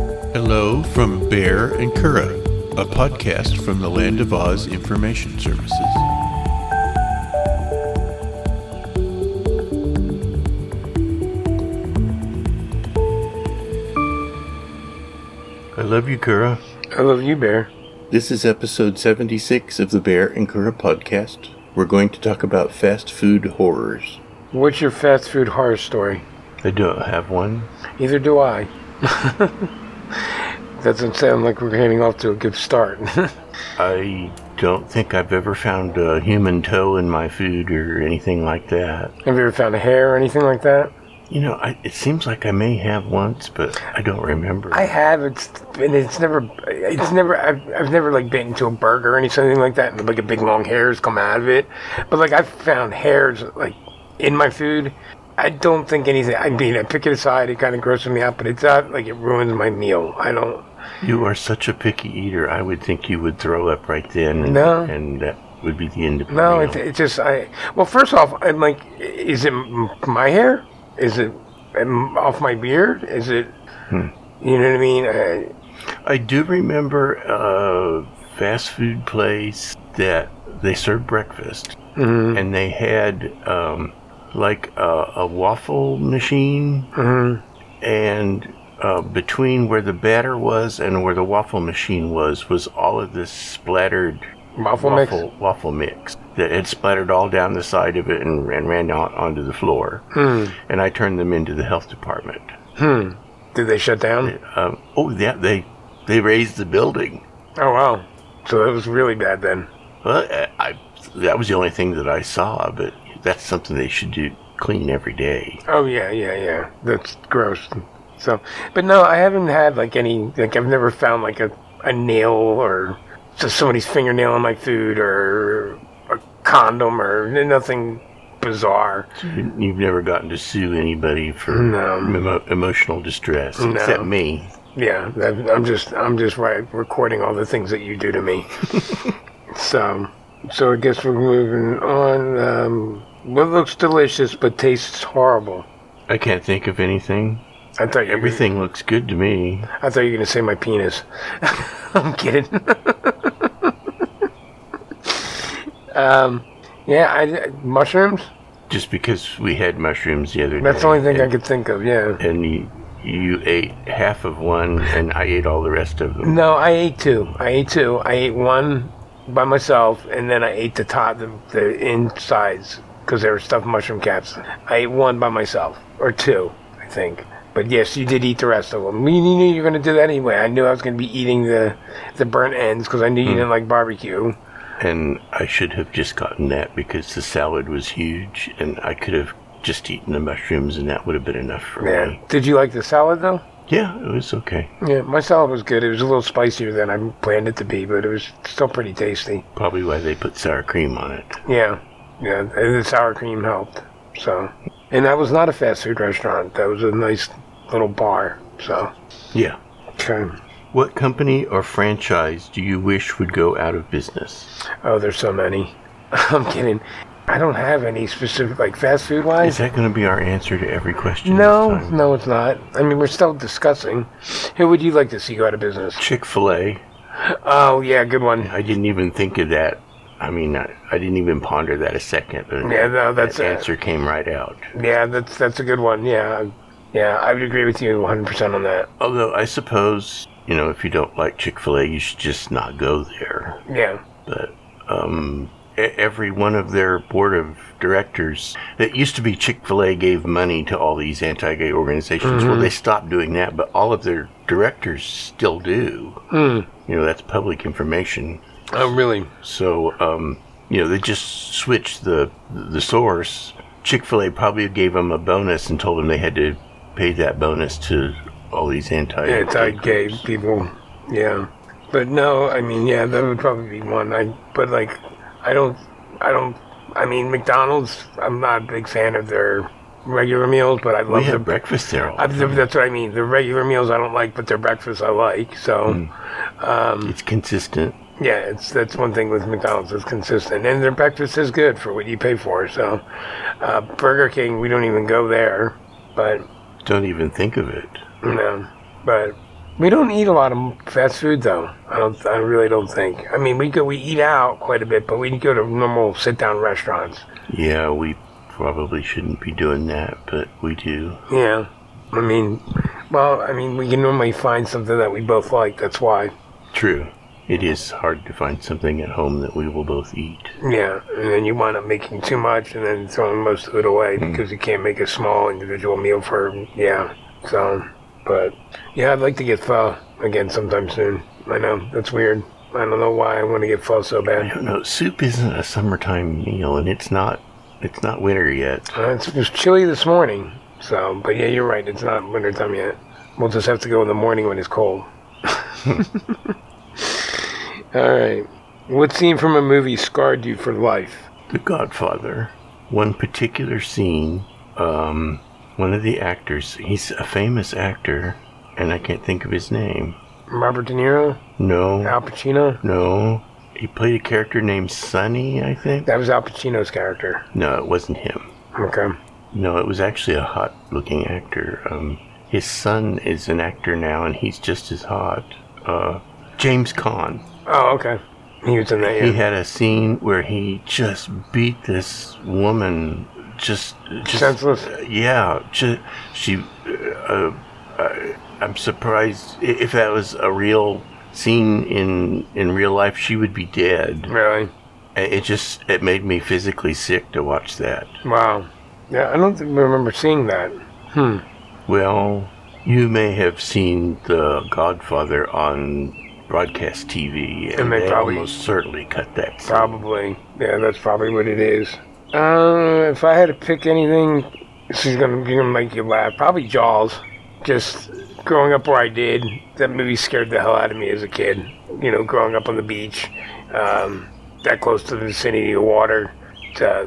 Hello from Bear and Kura, a podcast from the Land of Oz Information Services. I love you, Kura. I love you, Bear. This is episode 76 of the Bear and Kura podcast. We're going to talk about fast food horrors. What's your fast food horror story? I don't have one. Either do I. Doesn't sound like we're heading off to a good start. I don't think I've ever found a human toe in my food or anything like that. Have you ever found a hair or anything like that? You know, I, it seems like I may have once, but I don't remember. I have. It's and it's never. It's never. I've, I've never like bitten into a burger or anything like that. And, like a big long hair's come out of it. But like I've found hairs like in my food. I don't think anything. I mean, I pick it aside. It kind of grosses me out, but it's not like it ruins my meal. I don't. you are such a picky eater. I would think you would throw up right then, and, No. and that would be the end of No, my it's, meal. it's just I. Well, first off, I'm like, is it m- my hair? Is it um, off my beard? Is it? You know what I mean? Uh, I, I do remember a fast food place that they served breakfast, Mm-hmm. and they had um, like a, a waffle machine, Mm-hmm. and uh, between where the batter was and where the waffle machine was was all of this splattered waffle, waffle mix. waffle mix that had splattered all down the side of it and, and ran out onto the floor. Hmm. And I turned them into the health department. Did they shut down? Um, oh, yeah, they they raised the building. Oh wow! So that was really bad then. Well, I, I that was the only thing that I saw, but that's something they should do clean every day. Oh yeah, yeah, yeah. That's gross. So, but no, I haven't had like any. Like I've never found like a, a nail or just somebody's fingernail in my food or a condom or nothing bizarre. You- You've never gotten to sue anybody for Mm-hmm. No. emo- emotional distress, No. except me. Yeah, that, I'm just I'm just right recording all the things that you do to me. so, so I guess we're moving on. Um, what looks delicious but tastes horrible. I can't think of anything. I thought you were- Everything looks good to me. I thought you were gonna say my penis. I'm kidding. um, yeah, I, mushrooms. Just because we had mushrooms the other day. That's the only thing I and, could think of. Yeah. And you, you ate half of one, and I ate all the rest of them. No, I ate two. I ate two. I ate one by myself, and then I ate the top, the, the insides, because they were stuffed mushroom caps. I ate one by myself, or two, I think. But yes, you did eat the rest of them. You knew you were going to do that anyway. I knew I was going to be eating the the burnt ends because I knew you didn't like barbecue. And I should have just gotten that because the salad was huge, and I could have just eaten the mushrooms, and that would have been enough for Yeah. me. Did you like the salad though? Yeah, it was okay. Yeah, my salad was good. It was a little spicier than I planned it to be, but it was still pretty tasty. Probably why they put sour cream on it. Yeah, yeah, and the sour cream helped. So, and that was not a fast food restaurant. That was a nice little bar. So, Yeah. okay. What company or franchise do you wish would go out of business? Oh, there's so many. I'm kidding. I don't have any specific like fast food Is wise. that going to be our answer to every question? No, this time? no, it's not. I mean, we're still discussing. Who would you like to see go out of business? Chick fil A. Oh, yeah, good one. I didn't even think of that. I mean, I, I didn't even ponder that a second. But Yeah, no, that's that it. answer came right out. Yeah, that's that's a good one. Yeah, yeah, I would agree with you 100% on that. Although I suppose you know, if you don't like Chick Fil A, you should just not go there. Yeah. But um, e- every one of their board of directors, it used to be Chick Fil A gave money to all these anti-gay organizations. Well, they stopped doing that, but all of their directors still do. You know, that's public information. Oh, really? So, um, you know, they just switched the the source. Chick Fil A probably gave them a bonus and told them they had to pay that bonus to all these anti Anti-gay people. Yeah. But no, I mean, yeah, that would probably be one. I but like, I don't, I don't. I mean, McDonald's. I'm not a big fan of their regular meals, but I We love have the. breakfast there. All I, the time. that's what I mean. The regular meals I don't like, but their breakfast I like. So Hmm. It's consistent. yeah, it's that's one thing with McDonald's. It's consistent, and their breakfast is good for what you pay for. So uh, Burger King, we don't even go there, but Don't even think of it. No, but We don't eat a lot of fast food though. I don't. I really don't think. I mean, we go we eat out quite a bit, but we go to normal sit down restaurants. Yeah, we probably shouldn't be doing that, but we do. Yeah. I mean, well, I mean, we can normally find something that we both like. That's why. True. It is hard to find something at home that we will both eat. Yeah, and then you wind up making too much and then throwing most of it away because you can't make a small individual meal for yeah. So, but yeah, I'd like to get pho again sometime soon. I know that's weird. I don't know why I want to get pho so I bad. don't know. Soup isn't a summertime meal, and it's not. It's not winter yet. Uh, it's, it was chilly this morning. So, but yeah, you're right. It's not wintertime yet. We'll just have to go in the morning when it's cold. All right. What scene from a movie scarred you for life? The Godfather. One particular scene. Um, one of the actors. He's a famous actor, and I can't think of his name. Robert De Niro, No, Al Pacino. no. He played a character named Sonny, I think. That was Al Pacino's character. No, it wasn't him. Okay. No, it was actually a hot-looking actor. Um, his son is an actor now, and he's just as hot. Uh, James Caan. Oh, okay. He was in that. He Yeah. had a scene where he just beat this woman, just, just Senseless. yeah, ju- she. Uh, I, I'm surprised i- if that was a real scene in in real life, she would be dead. Really? I- It just it made me physically sick to watch that. Wow. Yeah, I don't think I remember seeing that. Well, you may have seen The Godfather on broadcast TV, and, And they, they probably- almost certainly cut that. scene. Probably. Yeah, that's probably what it is. Uh, if I had to pick anything, this is gonna, gonna make you laugh. Probably Jaws. Just growing up where I did, that movie scared the hell out of me as a kid. You know, growing up on the beach, um, that close to the vicinity of water, uh,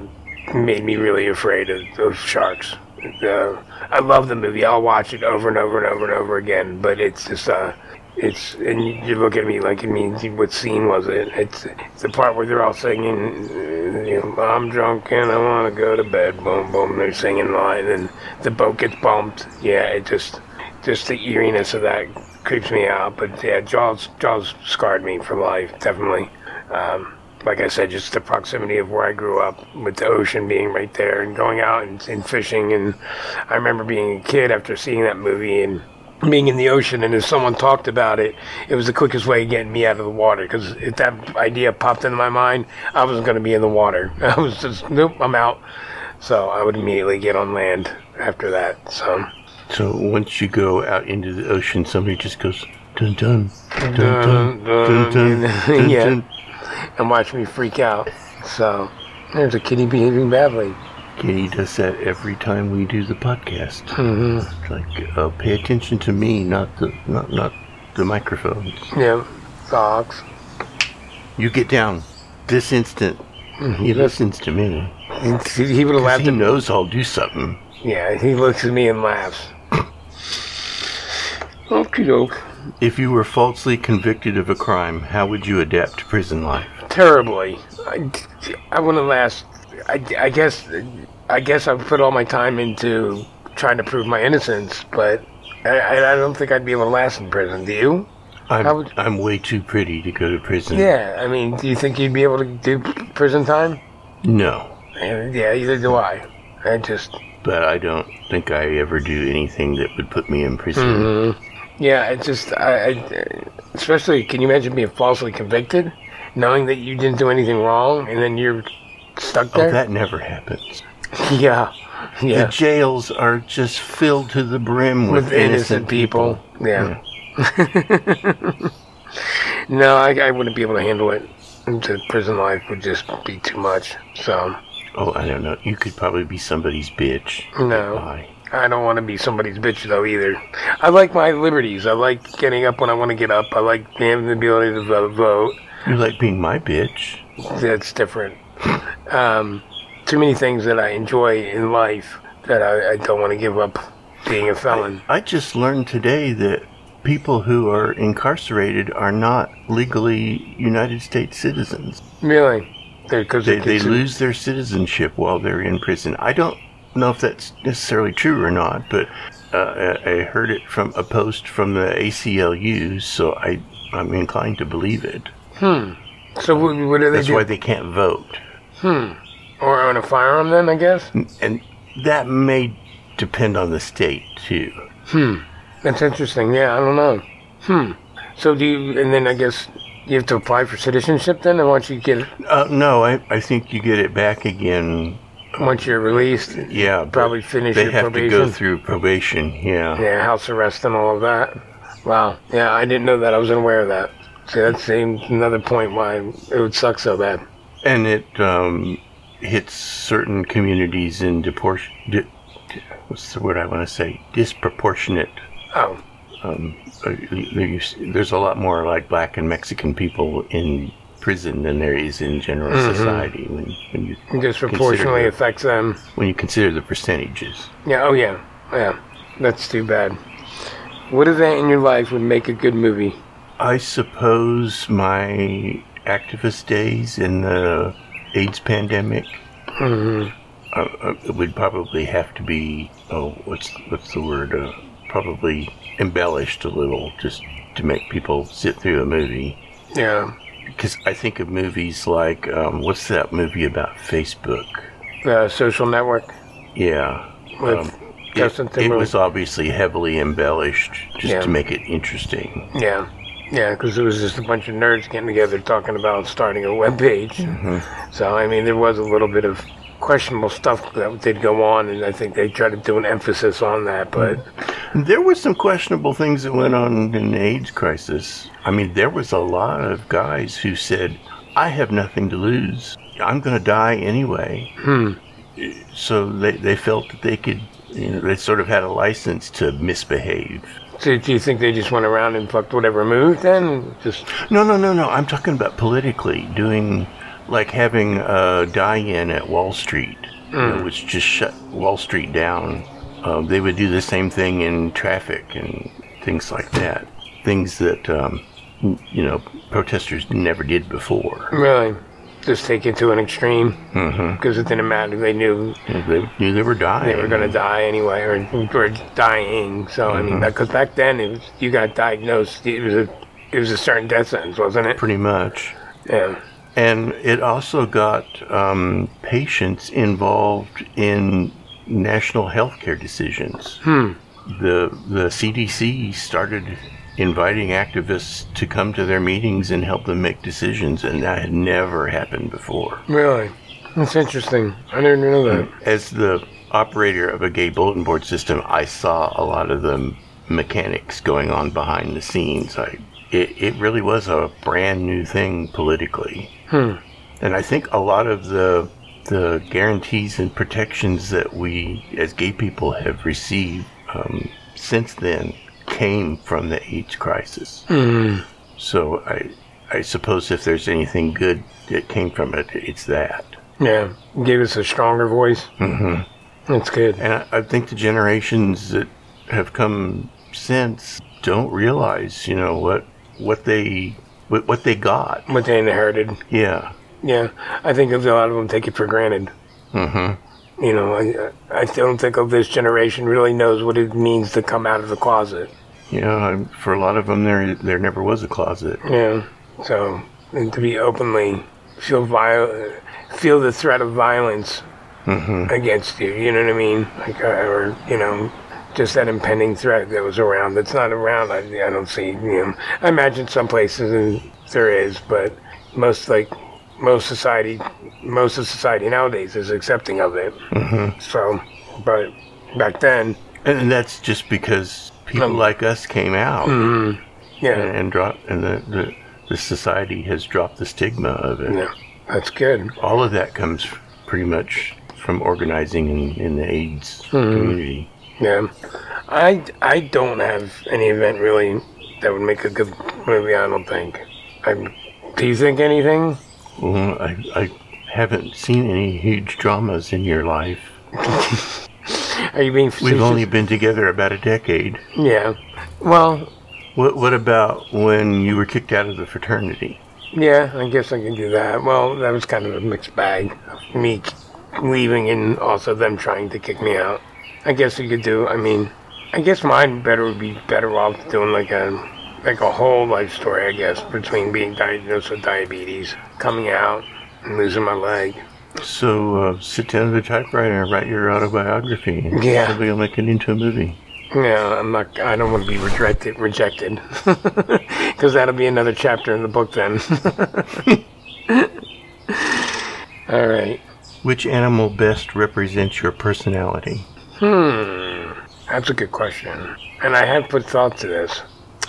made me really afraid of, of sharks. Uh, I love the movie. I'll watch it over and over and over and over again. But it's just, uh, it's and you, you look at me like, I mean, what scene was it? It's, it's the part where they're all singing, uh, you know, "I'm drunk and I want to go to bed." Boom, boom. They're singing the line, and the boat gets bumped. Yeah, it just, just the eeriness of that creeps me out. But yeah, Jaws, Jaws scarred me for life, definitely. Um, like I said, just the proximity of where I grew up, with the ocean being right there, and going out and, and fishing. And I remember being a kid after seeing that movie and being in the ocean. And if someone talked about it, it was the quickest way of getting me out of the water. Because if that idea popped into my mind, I wasn't going to be in the water. I was just nope, I'm out. So I would immediately get on land after that. So So once you go out into the ocean, somebody just goes dun dun dun dun dun Dun, dun, dun dun. yeah. dun. and watch me freak out. So there's a kitty behaving badly. Katie does that every time we do the podcast. Mm-hmm. It's Like, uh, pay attention to me, not the not not the microphones. Yeah, socks. You get down this instant. He listens to me. He, he would Mm-hmm. have laughed He at knows I'll do something. Yeah, he looks at me and laughs. Okie doke. If you were falsely convicted of a crime, how would you adapt to prison life? Terribly. I, I want to last. I, I guess. I guess I've put all my time into trying to prove my innocence, but I, I- I don't think I'd be able to last in prison. Do you? I'm, How would- I'm way too pretty to go to prison. Yeah. I mean, do you think you'd be able to do prison time? No, And, Yeah, either do I. I just. but I don't think I ever do anything that would put me in prison. Yeah, it's just, I, I, especially, can you imagine being falsely convicted, knowing that you didn't do anything wrong, and then you're stuck Oh, there? that never happens. yeah, The yeah, jails are just filled to the brim with, with innocent people. Yeah. no, I, I wouldn't be able to handle it. The prison life would just be too much. So, Oh, I don't know. You could probably be somebody's bitch. No. Bye. I don't want to be somebody's bitch though either. I like my liberties. I like getting up when I want to get up. I like having the ability to vo- vote. You like being my bitch? that's different. Um, too many things that I enjoy in life that I, I don't want to give up being a felon. I just learned today that people who are incarcerated are not legally United States citizens. Really? Because They, they lose their citizenship while they're in prison. I don't know if that's necessarily true or not, but uh, I I heard it from a post from the ACLU, so I I'm inclined to believe it. So what, what do they That's do? why they can't vote, or on a firearm then, I guess? and that may depend on the state too. That's interesting. Yeah, I don't know. Hmm. So do you, and then I guess you have to apply for citizenship then, and once you get, Uh, no, I I think you get it back again. once you're released, Yeah, but Probably finish They your have to go probation. through probation. Yeah. yeah, house arrest and all of that. Wow. Yeah, I didn't know that. I was unaware of that. See, that's same another point why it would suck so bad. and it um, hits certain communities in depor- di- di- what's the word I want to say disproportionate. Oh, Um, uh, there you s- there's a lot more like black and Mexican people in prison than there is in general society when, when you it disproportionately consider affects them. the, when you consider the percentages. Yeah. Oh, yeah. Yeah. That's too bad. What event in your life would make a good movie? I suppose my activist days in the AIDS pandemic Mm-hmm. uh, uh, it would probably have to be oh what's what's the word uh, probably embellished a little just to make people sit through a movie Yeah. because I think of movies like um, what's that movie about Facebook The social network yeah with Um, it, Justin it Timberlake. was obviously heavily embellished just Yeah. to make it interesting Yeah, yeah, because it was just a bunch of nerds getting together talking about starting a web page. Mm-hmm. So I mean, there was a little bit of questionable stuff that did go on, and I think they tried to do an emphasis on that. But Mm-hmm. There were some questionable things that went on in the AIDS crisis. I mean, there was a lot of guys who said, "I have nothing to lose. I'm going to die anyway." So they they felt that they could, you know, they sort of had a license to misbehave. so do you think they just went around and fucked whatever moved? Then just No, no, no, no. I'm talking about politically doing, like having a die-in at Wall Street, you know, which just shut Wall Street down. Um, they would do the same thing in traffic and things like that. Things that um, you know protesters never did before. really just take it to an extreme because it didn't matter. They knew You know, they knew Mm. they were dying. they were going to die anyway, or or dying. So I mean, because back then it was, you got diagnosed. It was a it was a certain death sentence, wasn't it? pretty much. Yeah. And it also got um, patients involved in national health care decisions. The, the CDC started inviting activists to come to their meetings and help them make decisions, and that had never happened before. Really? That's interesting. I didn't know that. As the operator of a gay bulletin board system, I saw a lot of the mechanics going on behind the scenes. I, it, it really was a brand new thing politically. And I think a lot of the the guarantees and protections that we as gay people have received um, since then came from the AIDS crisis. So I I suppose if there's anything good that came from it, it's that. Yeah. Gave us a stronger voice. Mm-hmm. That's good. And I, I think the generations that have come since don't realize, you know, what what they what, what they got. What they inherited. Yeah. Yeah. I think a lot of them take it for granted. Mm-hmm. You know, I, I don't think of this generation really knows what it means to come out of the closet. You know, I'm- for a lot of them, there there never was a closet. Yeah. So, and to be openly, feel viol- feel the threat of violence against you. You know what I mean? Like, uh, or you know, just that impending threat that was around. That's not around. I, I don't see. You know, I imagine some places and there is, but most like most society, most of society nowadays is accepting of it. So, but back then, And that's just because people Um, mm-hmm. like us came out yeah. and, and dropped, and the, the, the society has dropped the stigma of it. yeah. That's good. All of that comes pretty much from organizing in, in the AIDS Mm-hmm. community. Yeah, I I don't have any event really that would make a good movie. I don't think. I, do you think anything? Well, I, I haven't seen any huge dramas in your life. Are you being We've facetious? only been together about a decade. yeah. Well, What, what about when you were kicked out of the fraternity? yeah. I guess I can do that. Well, that was kind of a mixed bag. Me leaving and also them trying to kick me out. I guess you could do. I mean, I guess mine better would be better off doing like a like a whole life story, I guess, between being diagnosed with diabetes, coming out, and losing my leg. So uh, sit down at a typewriter and write your autobiography. and Yeah. Somebody will make it into a movie. Yeah, I'm not. I don't want to be rejected. Rejected, because that'll be another chapter in the book then. All right. Which animal best represents your personality? That's a good question, and I have put thought to this.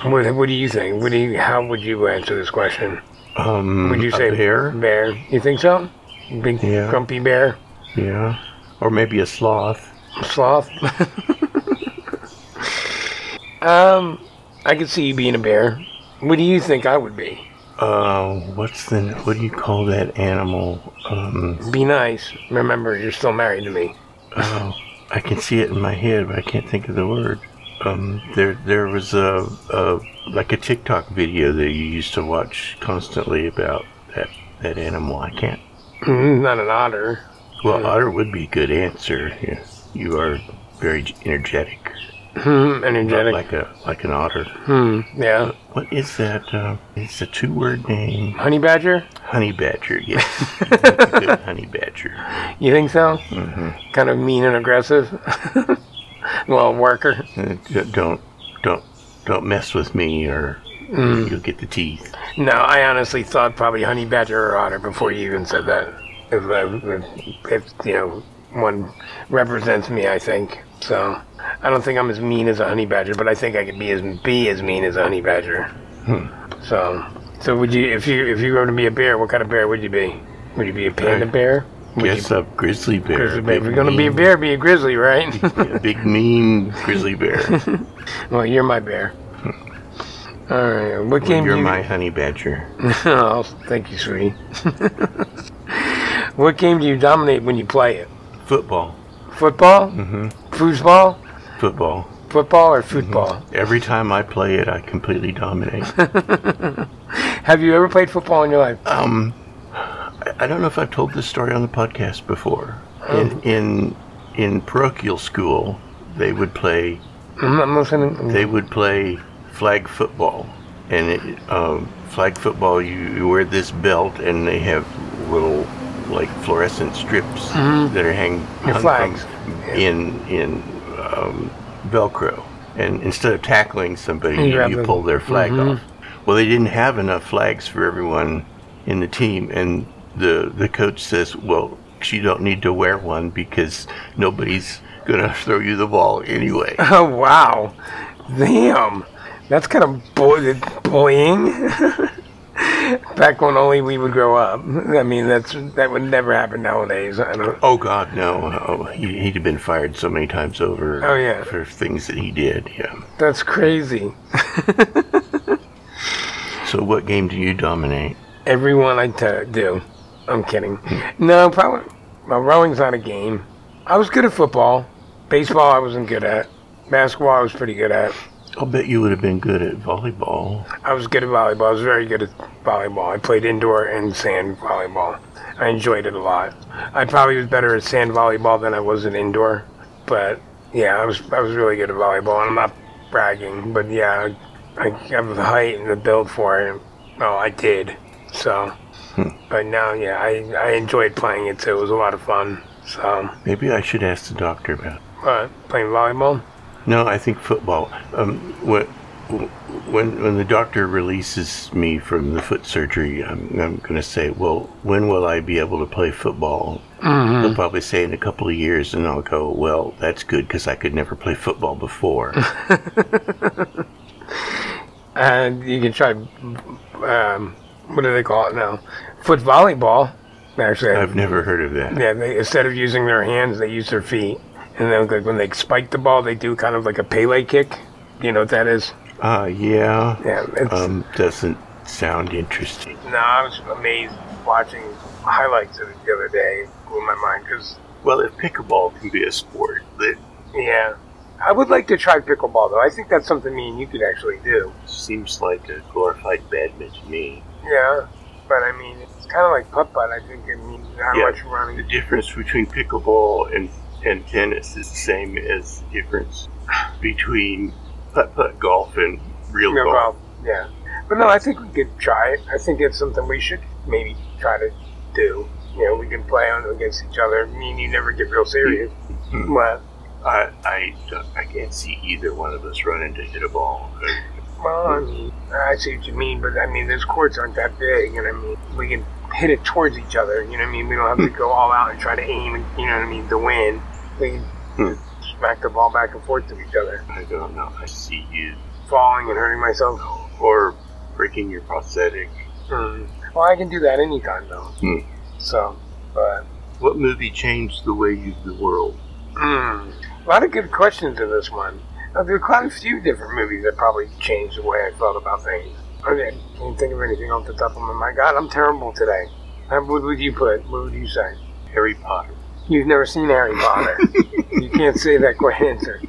What, what do you think? What do you, how would you answer this question? Um, Would you a say bear? Bear. You think so? Big Yeah. grumpy bear, Yeah. Or maybe a sloth. sloth. um, I could see you being a bear. What do you think I would be? Uh, what's the what do you call that animal? Um, Be nice. Remember, you're still married to me. oh, I can see it in my head, but I can't think of the word. Um, there there was a, a like a TikTok video that you used to watch constantly about that that animal. I can't. Mm, Not an otter. Well, otter would be a good answer. Yeah. You are very energetic, Hmm, not energetic. like a like an otter. Hmm, yeah. What is that? Uh, it's a two-word name. Honey badger? Honey badger. Yes, That's a good honey badger. You think so? Mm-hmm. Kind of mean and aggressive. well, worker. Uh, d- don't don't don't mess with me or you'll get the teeth No, I honestly thought probably honey badger or otter before you even said that. If, uh, if, if you know, one represents me, I think. So, I don't think I'm as mean as a honey badger, but I think I could be as be as mean as a honey badger. Hmm. So, so would you if you if you were to be a bear, what kind of bear would you be? Would you be a panda Uh, bear? Would you guess a grizzly bear Grizzly a bear. If big, you're gonna be a mean- bear, be a grizzly, right? a big mean grizzly bear well, you're my bear. All right. What game? you're do you... my honey badger oh, thank you, sweetie. what game do you dominate when you play it? football Football, mm-hmm. foosball, football football, or football? every time i play it i completely dominate Have you ever played football in your life? um I- i don't know if i've told this story on the podcast before Oh. in in in parochial school they would play I'm I'm listening. they would play flag football, and it, um, flag football you, you wear this belt, and they have little like fluorescent strips that are hang Your hung Mm-hmm. flags. from- in in um, Velcro, and instead of tackling somebody, You you, grab you them. Mm-hmm. pull their flag off. Well, they didn't have enough flags for everyone in the team, and the the coach says, "Well, you don't need to wear one because nobody's." Gonna throw you the ball anyway. Oh wow, damn, that's kind of bull- bullying. Back when only we would grow up. I mean, that's that would never happen nowadays. I don't. Oh God, no! Oh, he, he'd have been fired so many times over. Oh, yeah. for things that he did. Yeah. That's crazy. So, what game do you dominate? Everyone I t- do. I'm kidding. No, probably. My rowing's not a game. I was good at football. Baseball, I wasn't good at. Basketball, I was pretty good at. I'll bet you would have been good at volleyball. I was good at volleyball. I was very good at volleyball. I played indoor and sand volleyball. I enjoyed it a lot. I probably was better at sand volleyball than I was at indoor. But yeah, I was I was really good at volleyball, and I'm not bragging, but yeah, I, I have the height and the build for it. Well, I did. So, but now, yeah, I I enjoyed playing it too. It was a lot of fun. So, Maybe I should ask the doctor about. but playing volleyball. It. No, I think football. Um, what? When when the doctor releases me from the foot surgery, I'm I'm gonna say, well, when will I be able to play football? Mm-hmm. He'll probably say in a couple of years, and I'll go, well, that's good because I could never play football before. And you can try, um, what do they call it now? Foot volleyball. Actually, I've never heard of that. Yeah, they, instead of using their hands, they use their feet. And then like, when they spike the ball, they do kind of like a Pele kick. You know what that is? Uh, yeah. Yeah, it's, Um, doesn't sound interesting. no, I was amazed watching highlights of it the other day. It blew my mind because, Well, if pickleball can be a sport, that yeah. I would like to try pickleball, though. I think that's something me and you could actually do. seems like a glorified badminton to me. Yeah, but I mean, it's kind of like putt-putt. I think it means how Yeah. much running. The difference between pickleball and and tennis is the same as the difference between putt putt golf and real No golf. problem. Yeah. But no, I think we could try it. I think it's something we should maybe try to do. You know, we can play on against each other. Me and you never get real serious. Mhm. Well, I, I don't- I can't see either one of us running to hit a ball. well, I mean, Mm-hmm. I see what you mean, but I mean, those courts aren't that big, and I mean, we can hit it towards each other. You know what I mean? We don't have Hmm. to go all out and try to aim. and You know what I mean? To win, we can Hmm. smack the ball back and forth to each other, I don't know. I see you falling and hurting myself. or breaking your prosthetic. Mm. Well, I can do that anytime though. Hmm. So, but. What movie changed the way you view the world? Mm, a lot of good questions in this one. Uh, there are quite a few different movies that probably changed the way I felt about things. I mean, I can't think of anything off the top of my mind. God, I'm terrible today. How, what would you put? What would you say? Harry Potter. You've never seen Harry Potter. you can't say that quite answer.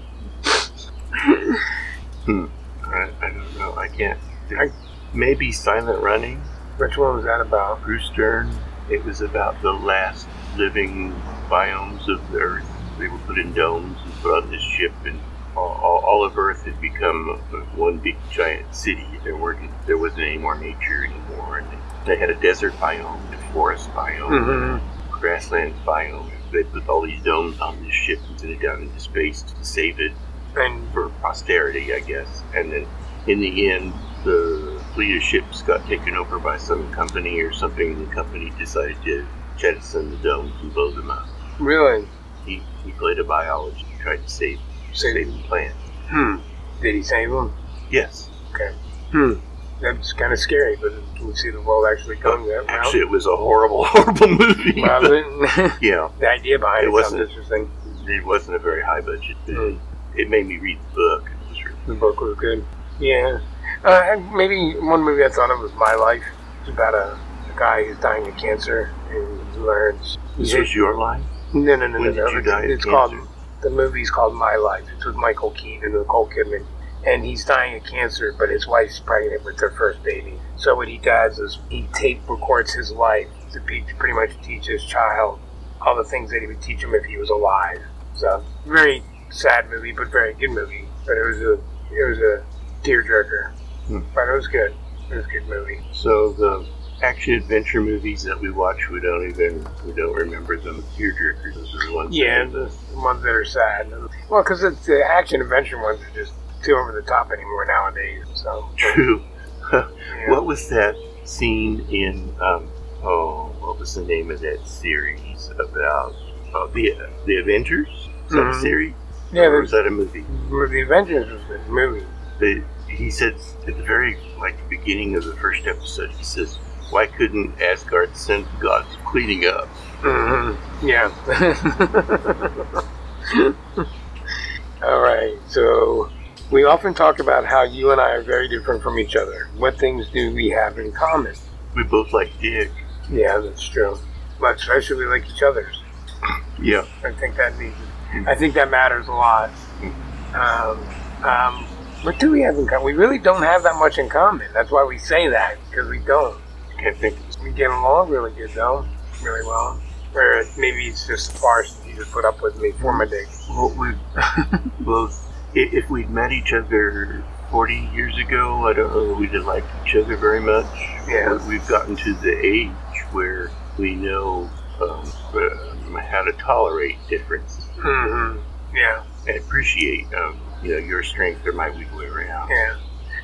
I, I don't know. I can't. Think. I- Maybe Silent Running. Which one was that about? Bruce Stern. It was about the last living biomes of the Earth. They were put in domes and put on this ship, and all, all, all of Earth had become one big giant city. There weren't there wasn't any more nature anymore, and they had a desert biome, a forest biome, Mm-hmm. grassland biome. They put all these domes on this ship and sent it down into space to save it And for posterity, I guess. And then in the end, the fleet of ships got taken over by some company or something, and the company decided to jettison the domes and blow them up. really, He, he played a biologist and tried to save, Save- save the planet. hmm. Did he save him? Yes. Hmm. That's kind of scary, but can you see the world actually going that Actually, it was a horrible, horrible movie. route? Well, yeah. the idea behind It it, wasn't- sounds interesting. It wasn't a very high budget. Hmm. It, it made me read the book. It was really- The book was good. Yeah. Uh, maybe one movie I thought of was My Life. It's about a, a guy who's dying of cancer and he learns. This was your life? no, no, no, When no. did no. you die of it's cancer? called the movie's called My Life. It's with Michael Keaton and Nicole Kidman, and he's dying of cancer, but his wife's pregnant with their first baby. So what he does is he tape records his life to be, to pretty much teach his child all the things that he would teach him if he was alive. So very sad movie, but very good movie. But it was a it was a tearjerker, Hmm. but it was good. It was a good movie. So the action adventure movies that we watch, we don't even we don't remember them. Tearjerkers, those are the ones. that Yeah, have the- the ones that are sad. Well, because the action adventure ones are just too over the top anymore nowadays. So True. yeah. What was that scene in? Um, oh, what was the name of that series about uh, the the Avengers? Is that a Mhm. series? Yeah, or the, was that a movie? the Avengers was the movie. The, he said at the very like the beginning of the first episode, he says, "Why couldn't Asgard send gods cleaning up?" Mm-hmm. Yeah. All right. So we often talk about how you and I are very different from each other. What things do we have in common? We both like Dick. Yeah, that's true. But especially like each other's. Yeah. I think that needs. I think that matters a lot. Um, um, what do we have in common? We really don't have that much in common. That's why we say that because we don't. Can't think. We get along really good though, really well. Or maybe it's just a farce that you just put up with me for my dick. What we both, i- if we'd met each other 40 years ago, I don't know that we'd have liked each other very much. Yeah. We- We've gotten to the age where we know um, um, how to tolerate difference Mm-hmm. Yeah, and appreciate, um, you know, your strength or my weak way around. yeah.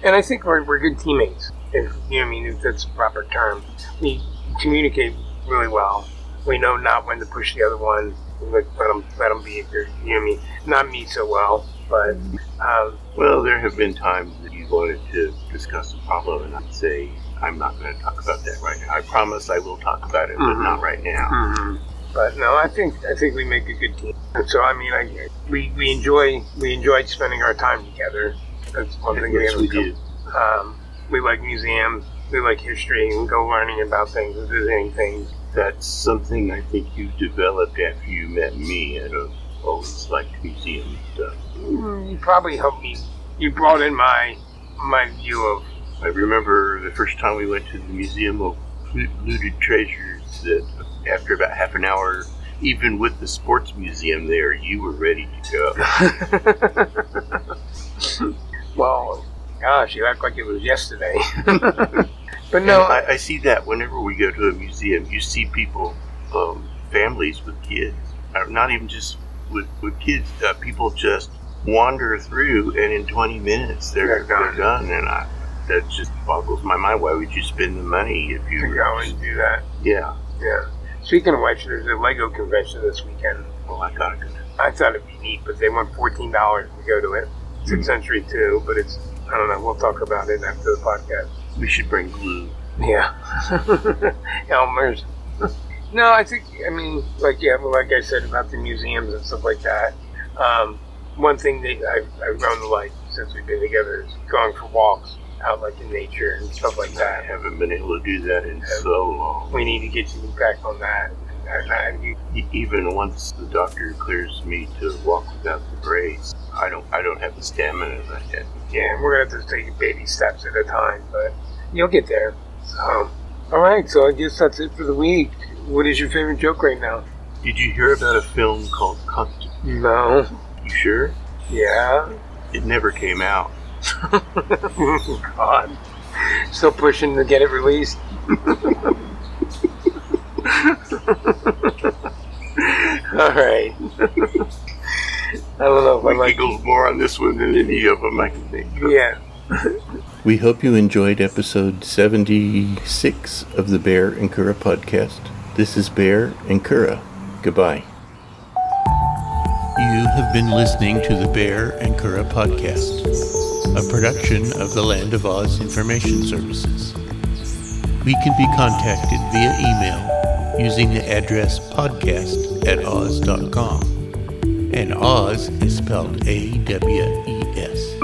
And I think we're, we're good teammates. If you know, what I mean, if that's the proper term, we communicate really well. We know not when to push the other one. We Let them let them be. if they're- You know, what I mean, not me so well, but um, Well, there have been times that you wanted to discuss a problem, and I'd say, I'm not going to talk about that right now. I promise I will talk about it, but Mhm. not right now. Mhm. But no, I think I think we make a good team. And so I mean, I, we we enjoy we enjoyed spending our time together. That's one thing Yes, have we in do. common. Um, we like museums. We like history. We go learning about things, and visiting things. That's something I think you developed after you met me. I don't always liked museum uh, stuff. Mm, You probably helped me. You brought in my my view of I remember the first time we went to the Museum of Lo- Looted Treasures that after about half an hour, even with the sports museum there, you were ready to go. Well, gosh, you act like it was yesterday. but no, I, I, I see that whenever we go to a museum, you see people, um, families with kids, uh, not even just with, with kids, uh, people just wander through, and in 20 minutes they're, They're they're gone. done. And I, that just boggles my mind. Why would you spend the money if you you were go and do that. Yeah. Yeah. Speaking of which, there's a Lego convention this weekend. Well, I gotta go. I thought it'd be neat, but they want fourteen dollars to go to it. It's in Century Two, but it's I don't know. We'll talk about it after the podcast. We should bring glue. Yeah, Elmer's. No, I think I mean like yeah, well, like I said about the museums and stuff like that. Um, one thing that I've, I've grown to like since we've been together is going for walks out like in nature and stuff like I that. haven't been able to do that in so long. We need to get you back on that. And I, I, E- Even once the doctor clears me to walk without the brace, I don't. I don't have the stamina that I had. Yeah, we're gonna have to take baby steps at a time, but you'll get there. So, all right. So I guess that's it for the week. What is your favorite joke right now? Did you hear about a film called Const? No. You sure? Yeah. It never came out. God. Still pushing to get it released. all right. I don't know if I I like. giggled more on this one than any of them I can think. of. Yeah. We hope you enjoyed episode 76 of the Bear and Kura podcast. This is Bear and Kura. Goodbye. You have been listening to the Bear and Kura podcast, a production of the Land of Oz Information Services. We can be contacted via email using the address podcast at oz.com. And Oz is spelled A W E S.